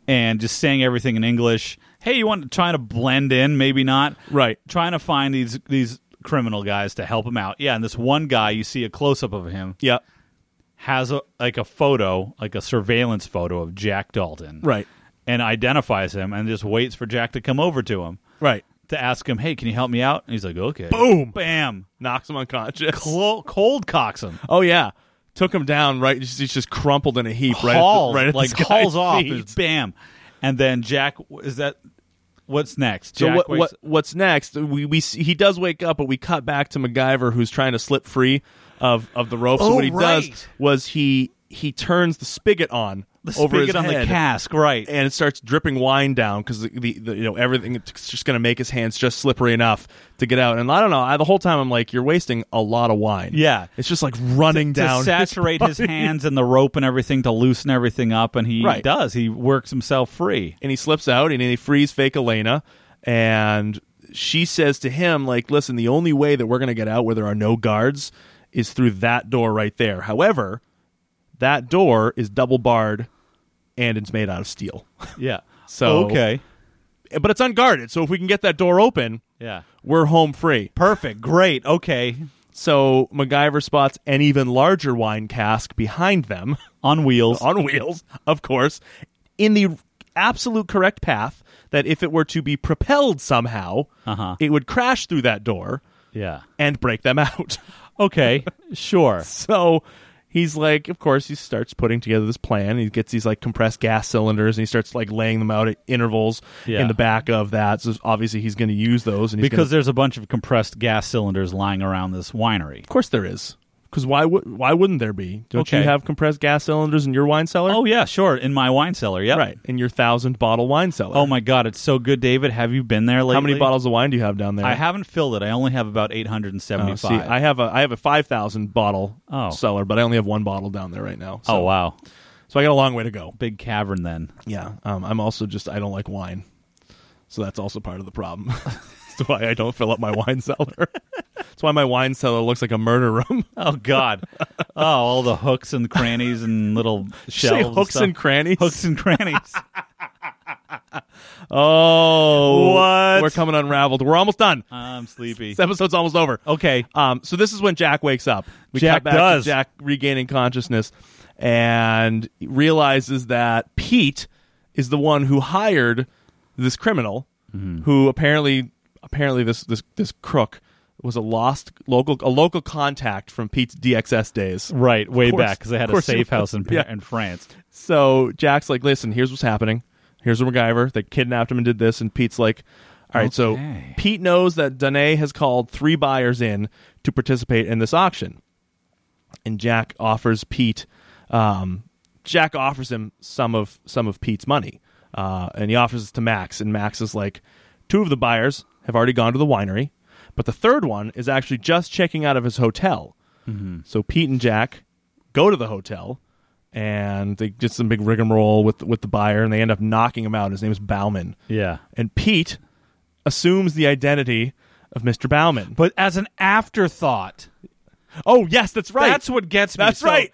and just saying everything in English. hey, you want trying to blend in, maybe not.
Right.
Trying to find these these criminal guys to help him out. Yeah, and this one guy, you see a close up of him,
Yeah.
has a like a photo, like a surveillance photo of Jack Dalton.
Right.
And identifies him and just waits for Jack to come over to him
Right.
to ask him, "Hey, can you help me out?" And he's like, "Okay."
Boom.
Bam.
Knocks him unconscious.
[LAUGHS] Clo- cold cocks him.
oh yeah. Took him down right. He's he's just crumpled in a heap. [LAUGHS] Right. at the-
hauls,
right. At
like
this guy's
hauls off,
feet.
is bam, and then Jack is that. What's next?
So
Jack
what,
wakes-
what what's next? We we see- he does wake up, but we cut back to MacGyver who's trying to slip free of of the rope. so
Oh,
what he does
right.
was he he turns the spigot on
the
over his
spigot on the
head,
cask, right?
and it starts dripping wine down because the, the, the you know everything it's just going to make his hands just slippery enough to get out. And I don't know. I, the whole time I'm like, you're wasting a lot of wine.
Yeah.
it's just like running down
to
his
saturate his,
body.
hands and the rope and everything to loosen everything up, and he
Right.
does. He works himself free.
and he slips out and he frees fake Elena and she says to him like listen the only way that we're going to get out where there are no guards is through that door right there however that door is double barred and it's made out of steel [LAUGHS]
Yeah.
So-
okay.
but it's unguarded so if we can get that door open
Yeah.
we're home free
Perfect. Great. Okay.
so MacGyver spots an even larger wine cask behind them [LAUGHS]
On wheels.
on wheels, of course, in the absolute correct path that if it were to be propelled somehow,
Uh-huh.
it would crash through that door
yeah.
and break them out. [LAUGHS]
Okay. sure.
so he's like, of course, he starts putting together this plan. He gets these like compressed gas cylinders and he starts like laying them out at intervals
Yeah.
in the back of that. So obviously he's going to use those. And he's
Because
gonna-
there's a bunch of compressed gas cylinders lying around this winery.
of course there is. Because why would why wouldn't there be? Don't you
Okay.
have compressed gas cylinders in your wine cellar?
Oh yeah, sure. In my wine cellar. Yeah.
right, in your thousand bottle wine cellar.
Oh my God, it's so good, David. Have you been there lately?
How many bottles of wine do you have down there?
I haven't filled it. I only have about
Oh,
875.
see, I have a I have a five thousand bottle
Oh.
cellar, but I only have one bottle down there right now. So,
oh wow,
so I got a long way to go.
big cavern then.
Yeah, um, I'm also just I don't like wine, so that's also part of the problem. [LAUGHS] that's why I don't fill up my wine cellar. [LAUGHS] that's why my wine cellar looks like a murder room.
Oh God, oh all the hooks and crannies and little
[LAUGHS] Say
shelves,
hooks
stuff.
and crannies.
hooks
[LAUGHS]
and crannies.
Oh, [LAUGHS]
What?
We're coming unraveled. We're almost done.
I'm sleepy.
This episode's almost over.
Okay,
Um, so this is when Jack wakes up. We
Jack
cut back to
does.
Jack regaining consciousness and realizes that Pete is the one who hired this criminal,
Mm-hmm.
who apparently apparently this this this crook was a lost local a local contact from Pete's DXS days.
right, way
course-
back because I had
of
a
course you
safe
would.
house in, Pa-
Yeah.
in France.
So Jack's like, listen, here's what's happening. Here's the MacGyver. They kidnapped him and did this. And Pete's like, all right,
Okay.
so Pete knows that Danae has called three buyers in to participate in this auction. And Jack offers Pete, um, Jack offers him some of some of Pete's money, uh, and he offers it to Max. And Max is like, two of the buyers have already gone to the winery, but the third one is actually just checking out of his hotel.
Mm-hmm.
So Pete and Jack go to the hotel and they get some big rigmarole with with the buyer and they end up knocking him out. His name is Bauman.
Yeah,
And Pete assumes the identity of Mr. Bauman.
but as an afterthought,
oh, yes, that's right.
that's what gets me.
That's
So-
right.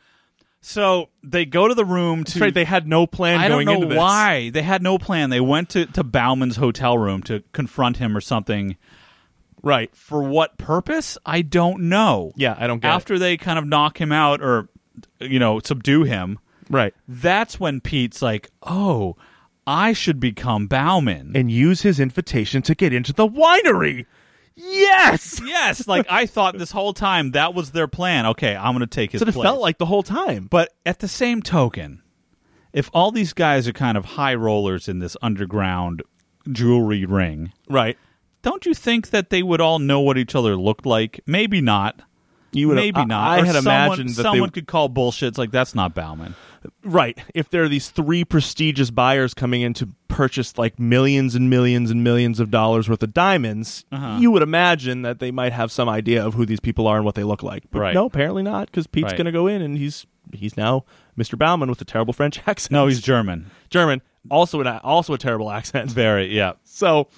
So they go to the room to
That's right. They had no plan
I don't
going
know
into this.
why they had no plan. They went to to Bauman's hotel room to confront him or something.
Right.
For what purpose? I don't know.
Yeah, I don't get it.
After they kind of knock him out or you know subdue him,
Right.
that's when Pete's like, "Oh, I should become Bauman."
And use his invitation to get into the winery. Yes.
yes, like I thought this whole time that was their plan. Okay, I'm going to take his.
That's what it
place.
felt like the whole time.
But at the same token, if all these guys are kind of high rollers in this underground jewelry ring,
Right.
don't you think that they would all know what each other looked like? Maybe not.
You would
Maybe
I,
not.
I
Or
had
someone,
imagined that
someone
they,
could call bullshit. It's like that's not Bauman.
Right. If there are these three prestigious buyers coming in to purchase like millions and millions and millions of dollars worth of diamonds,
Uh-huh.
you would imagine that they might have some idea of who these people are and what they look like. But
Right.
no, apparently not, because Pete's
Right.
going to go in and he's he's now Mr. Bauman with a terrible French [LAUGHS] accent.
No, he's German.
German, also an, also a terrible accent.
Very yeah.
So,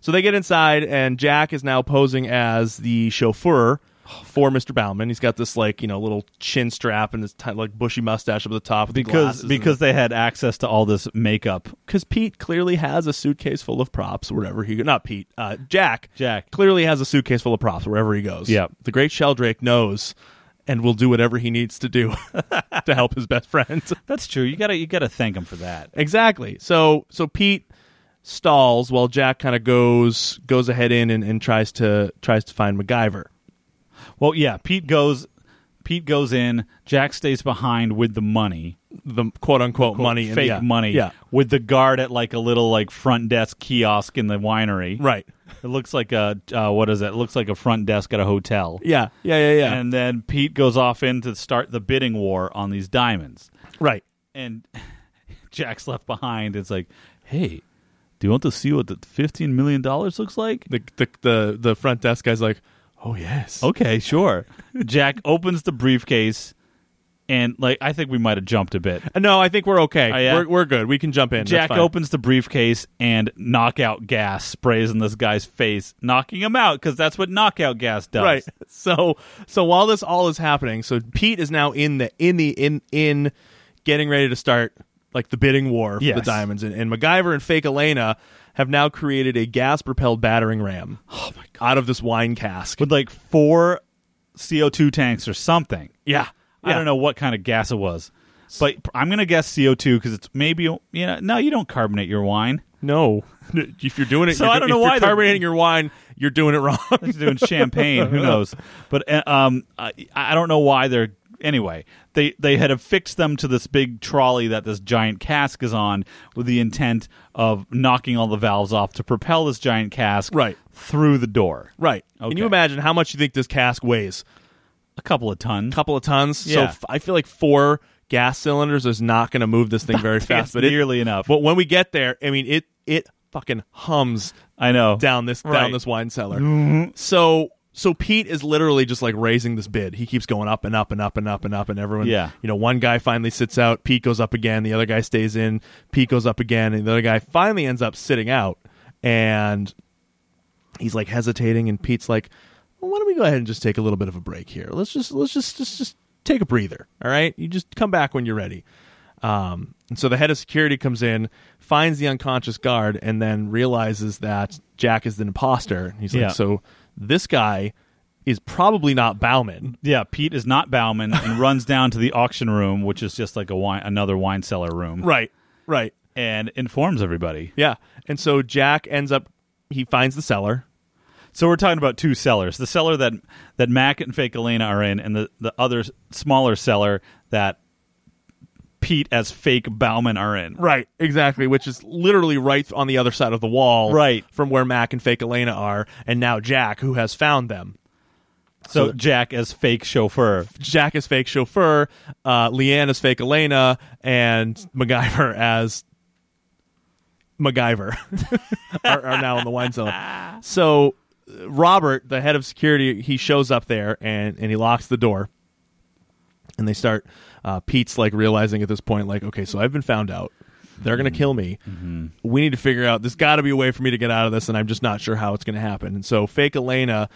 so they get inside, and Jack is now posing as the chauffeur for Mr. Bauman. He's got this like you know little chin strap and this ti- like bushy mustache up at the top with the
because
glasses and-
because they had access to all this makeup.
because Pete clearly has a suitcase full of props wherever he goes. Not Pete, uh, Jack.
Jack.
clearly has a suitcase full of props wherever he goes.
Yep.
the great Sheldrake knows and will do whatever he needs to do [LAUGHS] to help his best friend.
That's true. You gotta you gotta thank him for that.
exactly. So so Pete stalls while Jack kind of goes goes ahead in and, and tries to tries to find MacGyver.
Well, yeah. Pete goes. Pete goes in. Jack stays behind with the money,
The quote unquote money and-
fake
yeah,
money,
Yeah.
with the guard at like a little like front desk kiosk in the winery.
Right.
It looks like a uh, what is it? it? Looks like a front desk at a hotel.
Yeah. Yeah. Yeah. Yeah.
And then Pete goes off in to start the bidding war on these diamonds.
right.
and [LAUGHS] Jack's left behind. It's like, hey, do you want to see what the fifteen million dollars looks like?
The, the the the front desk guy's like, oh yes.
Okay,
[LAUGHS]
sure. Jack opens the briefcase, and like I think we might have jumped a bit.
No, I think we're okay.
Oh, yeah?
We're we're good. We can jump in. That's
Jack
fine.
opens the briefcase and knockout gas sprays in this guy's face, knocking him out because that's what knockout gas does.
Right. [LAUGHS] So so while this all is happening, so Pete is now in the in the in in getting ready to start like the bidding war for the
Yes.
diamonds and, and MacGyver and fake Elena have now created a gas propelled battering ram. [GASPS] Oh my god. Out of this wine cask.
With like four CO two tanks or something.
yeah.
I don't know what kind of gas it was. But I'm gonna guess CO2 because it's maybe you know no you don't carbonate your wine
No. [LAUGHS] If you're doing it,
So
you're
I
do-
don't know
if
why
you're
they're-
carbonating your wine, you're doing it wrong. [LAUGHS]
They're doing champagne. Who knows? But uh, um, I, I don't know why they're. Anyway, they they had affixed them to this big trolley that this giant cask is on, with the intent of knocking all the valves off to propel this giant cask
Right.
through the door.
right. Can
Okay.
you imagine how much you think this cask weighs?
A couple of tons.
couple of tons. So
Yeah.
f- I feel like four gas cylinders is not going to move this
[LAUGHS]
thing very
That's
fast. But it,
nearly enough.
But when we get there, I mean it it fucking hums
I know.
down this down
Right. Mm-hmm.
this wine cellar. So so Pete is literally just like raising this bid. He keeps going up and up and up and up and up and everyone
Yeah.
you know, one guy finally sits out, Pete goes up again, the other guy stays in, Pete goes up again, and the other guy finally ends up sitting out and he's like hesitating and Pete's like, well, why don't we go ahead and just take a little bit of a break here? Let's just let's just just just take a breather. All right. You just come back when you're ready. Um, and so the head of security comes in, finds the unconscious guard, and then realizes that Jack is an imposter. And He's like,
Yeah.
so this guy is probably not Bauman.
Yeah, Pete is not
[LAUGHS]
Bauman and runs down to the auction room, which is just like a wine, another wine cellar room,
Right. Right.
and informs everybody.
Yeah. And so Jack ends up he finds the seller.
So we're talking about two cellars: the cellar that that Mac and Fake Elena are in, and the the other s- smaller cellar that Pete as Fake Bauman are in.
Right, exactly, which is literally right on the other side of the wall
Right.
from where Mac and Fake Elena are and now Jack who has found them.
So Jack as Fake Chauffeur.
Jack is fake chauffeur, uh, Leanne is fake Elena, and MacGyver [LAUGHS] as MacGyver [LAUGHS] are, are now in the wine cellar. So uh, Robert, the head of security, he shows up there and, and he locks the door. And they start. Uh, Pete's like realizing at this point, like, okay, so I've been found out. They're
Mm-hmm.
gonna kill me. We need to figure out. There's got to be a way for me to get out of this, and I'm just not sure how it's gonna happen. And so fake Elena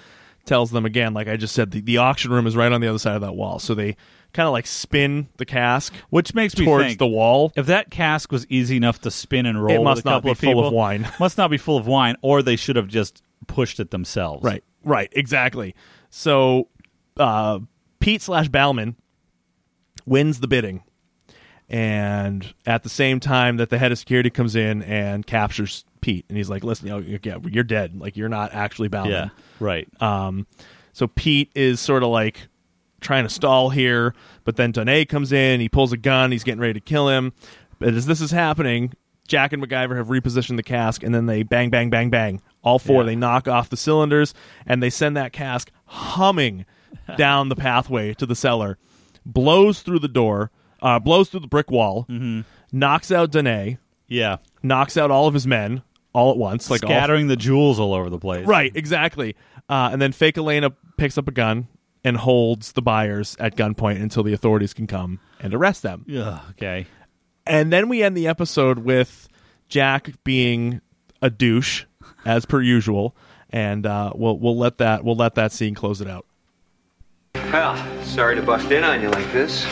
tells them again, like I just said, the, the auction room is right on the other side of that wall. So they kind of like spin the cask
Which makes me
towards
think
the wall.
if that cask was easy enough to spin and roll,
It must
with a
not
couple
be
of
full of
people,
wine.
[LAUGHS] Must not be full of wine, or they should have just pushed it themselves.
Right, right, exactly. So uh, Pete slash Bauman wins the bidding, and at the same time that the head of security comes in and captures Pete, and he's like, "Listen, you know, you're- yeah, you're dead. Like you're not actually Bauman."
Yeah. Right.
Um, so Pete is sort of like trying to stall here, but then Danae comes in. He pulls a gun. He's getting ready to kill him. But as this is happening, Jack and MacGyver have repositioned the cask, and then they bang, bang, bang, bang. All four.
Yeah.
They knock off the cylinders, and they send that cask humming down the pathway to the cellar. Blows through the door. Uh, blows through the brick wall. Knocks out Danae.
yeah.
Knocks out all of his men all at once, like all
Scattering the jewels all over the place.
Right, exactly. Uh, and then fake Elena picks up a gun and holds the buyers at gunpoint until the authorities can come and arrest them.
Yeah. Okay.
And then we end the episode with Jack being a douche, as per usual. And uh, we'll we'll let that we'll let that scene close it out.
Well, Ah, sorry to bust in on you like [LAUGHS] this.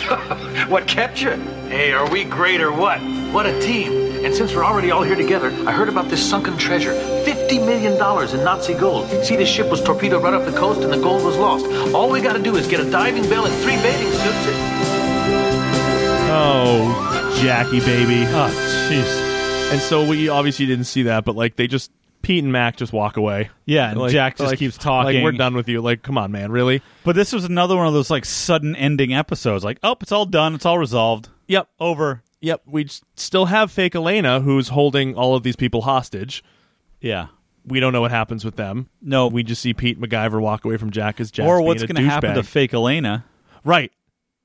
What kept you?
Hey, are we great or what?
What a team! And since we're already all here together, I heard about this sunken treasure. $50 million in Nazi gold. See, the ship was torpedoed right off the coast and the gold was lost. All we gotta do is get a diving bell and three bathing suits. and-
Oh, Jackie, baby.
Oh, jeez.
And so we obviously didn't see that, but like they just Pete and Mac just walk away.
Yeah, and Jack just keeps talking.
Like we're done with you. Like, come on, man, really?
But this was another one of those like sudden ending episodes. Like, oh, it's all done. It's all resolved.
Yep,
Over.
yep. We s- still have fake Elena, who's holding all of these people hostage.
Yeah.
We don't know what happens with them.
No.
we just see Pete MacGyver walk away from Jack as Jack.
or what's
going
going to happen to fake Elena?
right?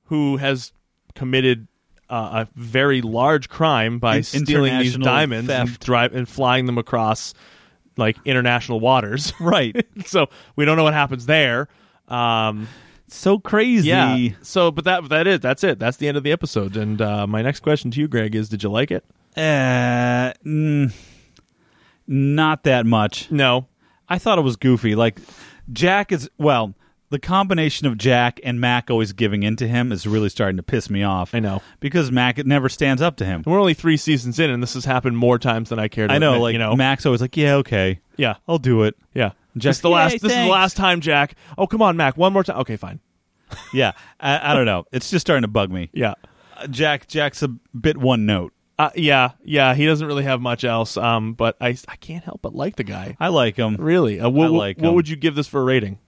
Who has committed uh, a very large crime by
In-
stealing these
international
diamonds and
theft.
drive and flying them across like international waters? [LAUGHS]
Right.
so we don't know what happens there. Um,
so crazy.
yeah. So, but that that is that's it. That's the end of the episode. And uh, my next question to you, Greg, is: Did you like it?
Uh, mm, not that much.
No.
I thought it was goofy. Like Jack is well, the combination of Jack and Mac always giving in to him is really starting to piss me off.
I know.
because Mac never stands up to him.
We're only three seasons in, and this has happened more times than I care to.
I know,
admit,
like
you know,
Mac's always like, yeah, okay,
yeah,
I'll do it.
yeah.
Jack-
Just the
Yay,
last. This is the
thanks.
last time, Jack. Oh, come on, Mac. One more time. Okay, fine.
Yeah, I, I don't know. It's just starting to bug me.
Yeah.
Uh, Jack, Jack's a bit one note.
Uh, yeah, yeah, he doesn't really have much else. Um, but I, I can't help but like the guy.
I like him.
Really, uh,
I
what,
like
what
him.
would you give this for a rating?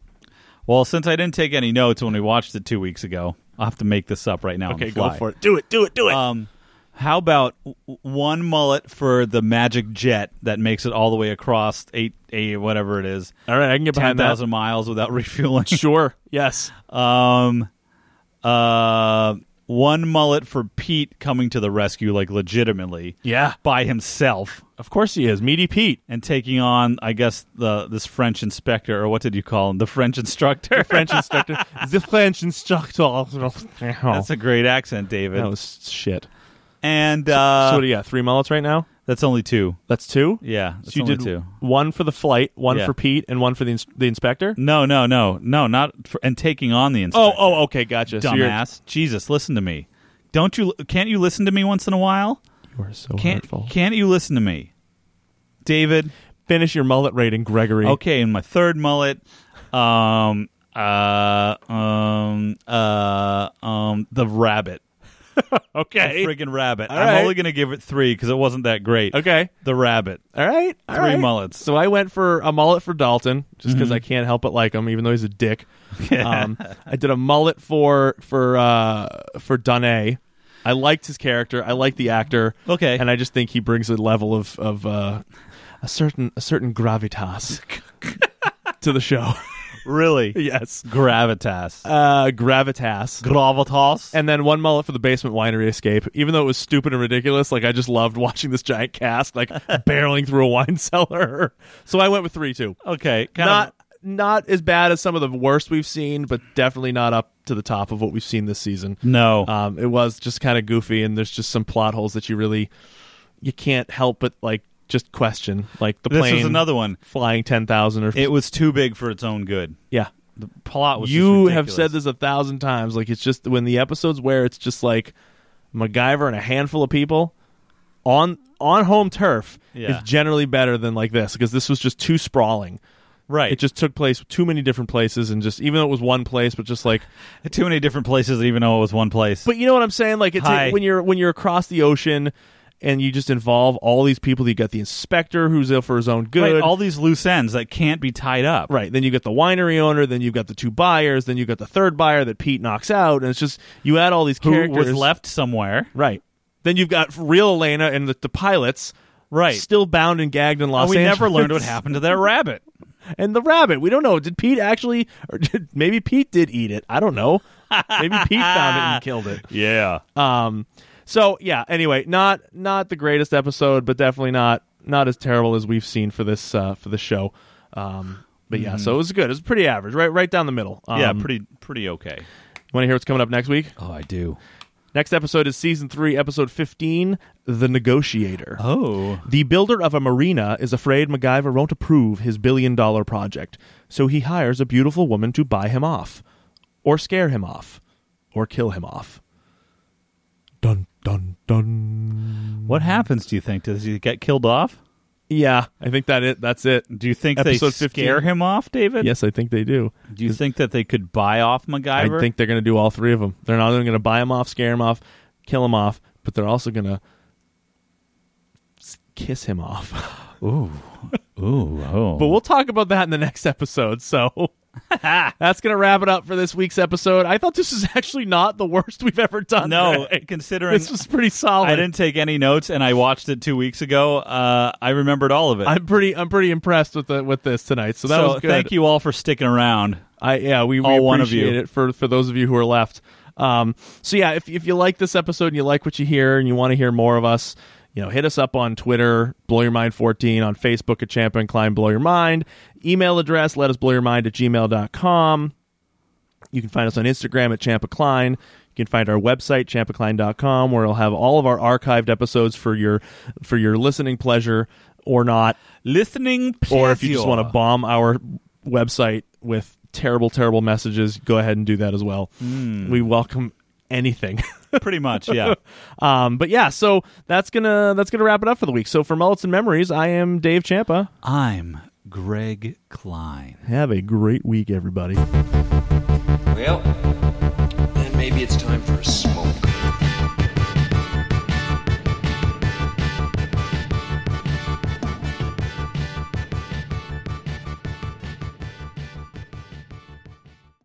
Well, since I didn't take any notes when we watched it two weeks ago, I'll have to make this up right now. on
Okay,
the
go
fly.
for it. Do it, do it, do it.
Um, how about w- one mullet for the magic jet that makes it all the way across eight, eight whatever it is,
All right, I can get
ten
behind that.
thousand miles without [LAUGHS]
[LAUGHS]
refueling?
Sure. Yes.
Um, uh, one mullet for Pete coming to the rescue, like legitimately,
Yeah.
by himself
Of course he is. Meaty
[LAUGHS]
Pete.
and taking on, I guess, the this French inspector or what did you call him? The French instructor.
French instructor. the French instructor.
That's a great accent, David.
Oh. that was shit.
and uh,
so what do you got? Three mullets right now.
that's only two.
That's two.
Yeah,
So
that's
you
only
did
two.
one for the flight, one
Yeah.
for Pete, and one for the ins- the inspector.
No, no, no, no, not for, and taking on the inspector.
Oh, oh, okay, gotcha. So you're-
dumbass! Jesus, listen to me. Don't you? Can't you listen to me once in a while?
you are so
Can't
hurtful.
Can't you listen to me, David?
Finish your mullet rating, Gregory.
Okay, and my third mullet. Um, uh, um, uh, um, the rabbit, the
Okay.
friggin' rabbit.
All
I'm
right.
only gonna give it three because it wasn't that great.
Okay.
the rabbit.
All right. all
Three
right.
mullets. Mm-hmm.
So I went for a mullet for Dalton, just because I can't help but like him, even though he's a
[LAUGHS]
dick. um, I did a mullet for for uh, for Danae. I liked his character. I liked the actor.
Okay.
And I just think he brings a level of of uh, a certain a certain
[LAUGHS]
gravitas to the show. [LAUGHS]
Really,
yes.
gravitas.
Uh, gravitas.
gravitas.
and then one mullet for the basement winery escape. Even though it was stupid and ridiculous, like I just loved watching this giant cask
[LAUGHS]
like barreling through a wine cellar. So I went with three two.
okay, kind
Not
of,
not as bad as some of the worst we've seen, but definitely not up to the top of what we've seen this season.
no.
Um, it was just kind of goofy, and there's just some plot holes that you really you can't help but like just question, like the
this
plane
is another one.
flying ten thousand or
It was too big for its own good.
yeah.
The plot was. just
you have
ridiculous.
said this a thousand times. Like it's just when the episodes where it's just like MacGyver and a handful of people on on home turf
Yeah.
is generally better than like this because this was just too sprawling.
right?
It just took place too many different places and just even though it was one place, but just like
too many different places, even though it was one place.
but you know what I'm saying? Like it's
Hi.
when you're when you're across the ocean and you just involve all these people. You got the inspector who's ill for his own good.
Right, all these loose ends that can't be tied up.
Right. Then you get the winery owner, then you've got the two buyers, then you've got the third buyer that Pete knocks out, and it's just you add all these
Who
characters.
was left somewhere?
Right. Then you've got real Elena and the, the pilots
Right.
still bound and gagged in Los
and we
Angeles.
never learned what happened to
[LAUGHS]
that rabbit.
And the rabbit. We don't know. Did Pete actually, or did, maybe Pete did eat it. I don't know. Maybe Pete found it and killed it.
[LAUGHS] Yeah.
Um. So yeah. Anyway, not not the greatest episode, but definitely not not as terrible as we've seen for this uh, for the show. Um. But yeah, so it was good. It was pretty average, right right down the middle. Um,
Mm-hmm. yeah, pretty pretty okay.
Want to hear what's coming up next week?
Oh, I do.
Next episode is season three, episode fifteen, "The Negotiator."
Oh.
The builder of a marina is afraid MacGyver won't approve his billion dollar project, so he hires a beautiful woman to buy him off. or scare him off, or kill him off. Dun dun dun.
What happens? Do you think? Does he get killed off?
Yeah, I think that it. That's it.
Do you think
Episode
they
15.
scare him off, David?
Yes, I think they do.
Do you think that they could buy off MacGyver?
I think they're going to do all three of them. They're not only going to buy him off, scare him off, kill him off, but they're also going to kiss him off. [LAUGHS]
Ooh, oh.
but we'll talk about that in the next episode.
[LAUGHS]
So that's going to wrap it up for this week's episode. I thought this is actually not the worst we've ever done. [LAUGHS]
no, [LAUGHS]
Greg.
considering
this was pretty solid.
I didn't take any notes and I watched it two weeks ago, uh, I remembered all of it.
I'm pretty. I'm pretty impressed with the, with this tonight. So that
so
was good.
thank you all for sticking around.
I yeah, we, we
All
appreciate
one of you.
it for for those of you who are left. Um, so yeah, if if you like this episode and you like what you hear and you want to hear more of us, you know, hit us up on Twitter, Blow Your Mind 14, on Facebook at Champ and Klein Blow Your Mind. Email address, let us blow your mind at gmail.com. You can find us on Instagram at Champa Klein. You can find our website, champacline.com, where it'll have all of our archived episodes for your for your listening pleasure or not
Listening
or if you just
pleasure.
want to bomb our website with terrible, terrible messages, go ahead and do that as well. We welcome anything.
[LAUGHS]
[LAUGHS]
Pretty much, yeah.
um, but yeah, so that's gonna that's gonna wrap it up for the week. So for Mullets and Memories, I am Dave Champa.
I'm Greg Klein.
Have a great week, everybody.
Well, then maybe it's time for a smoke.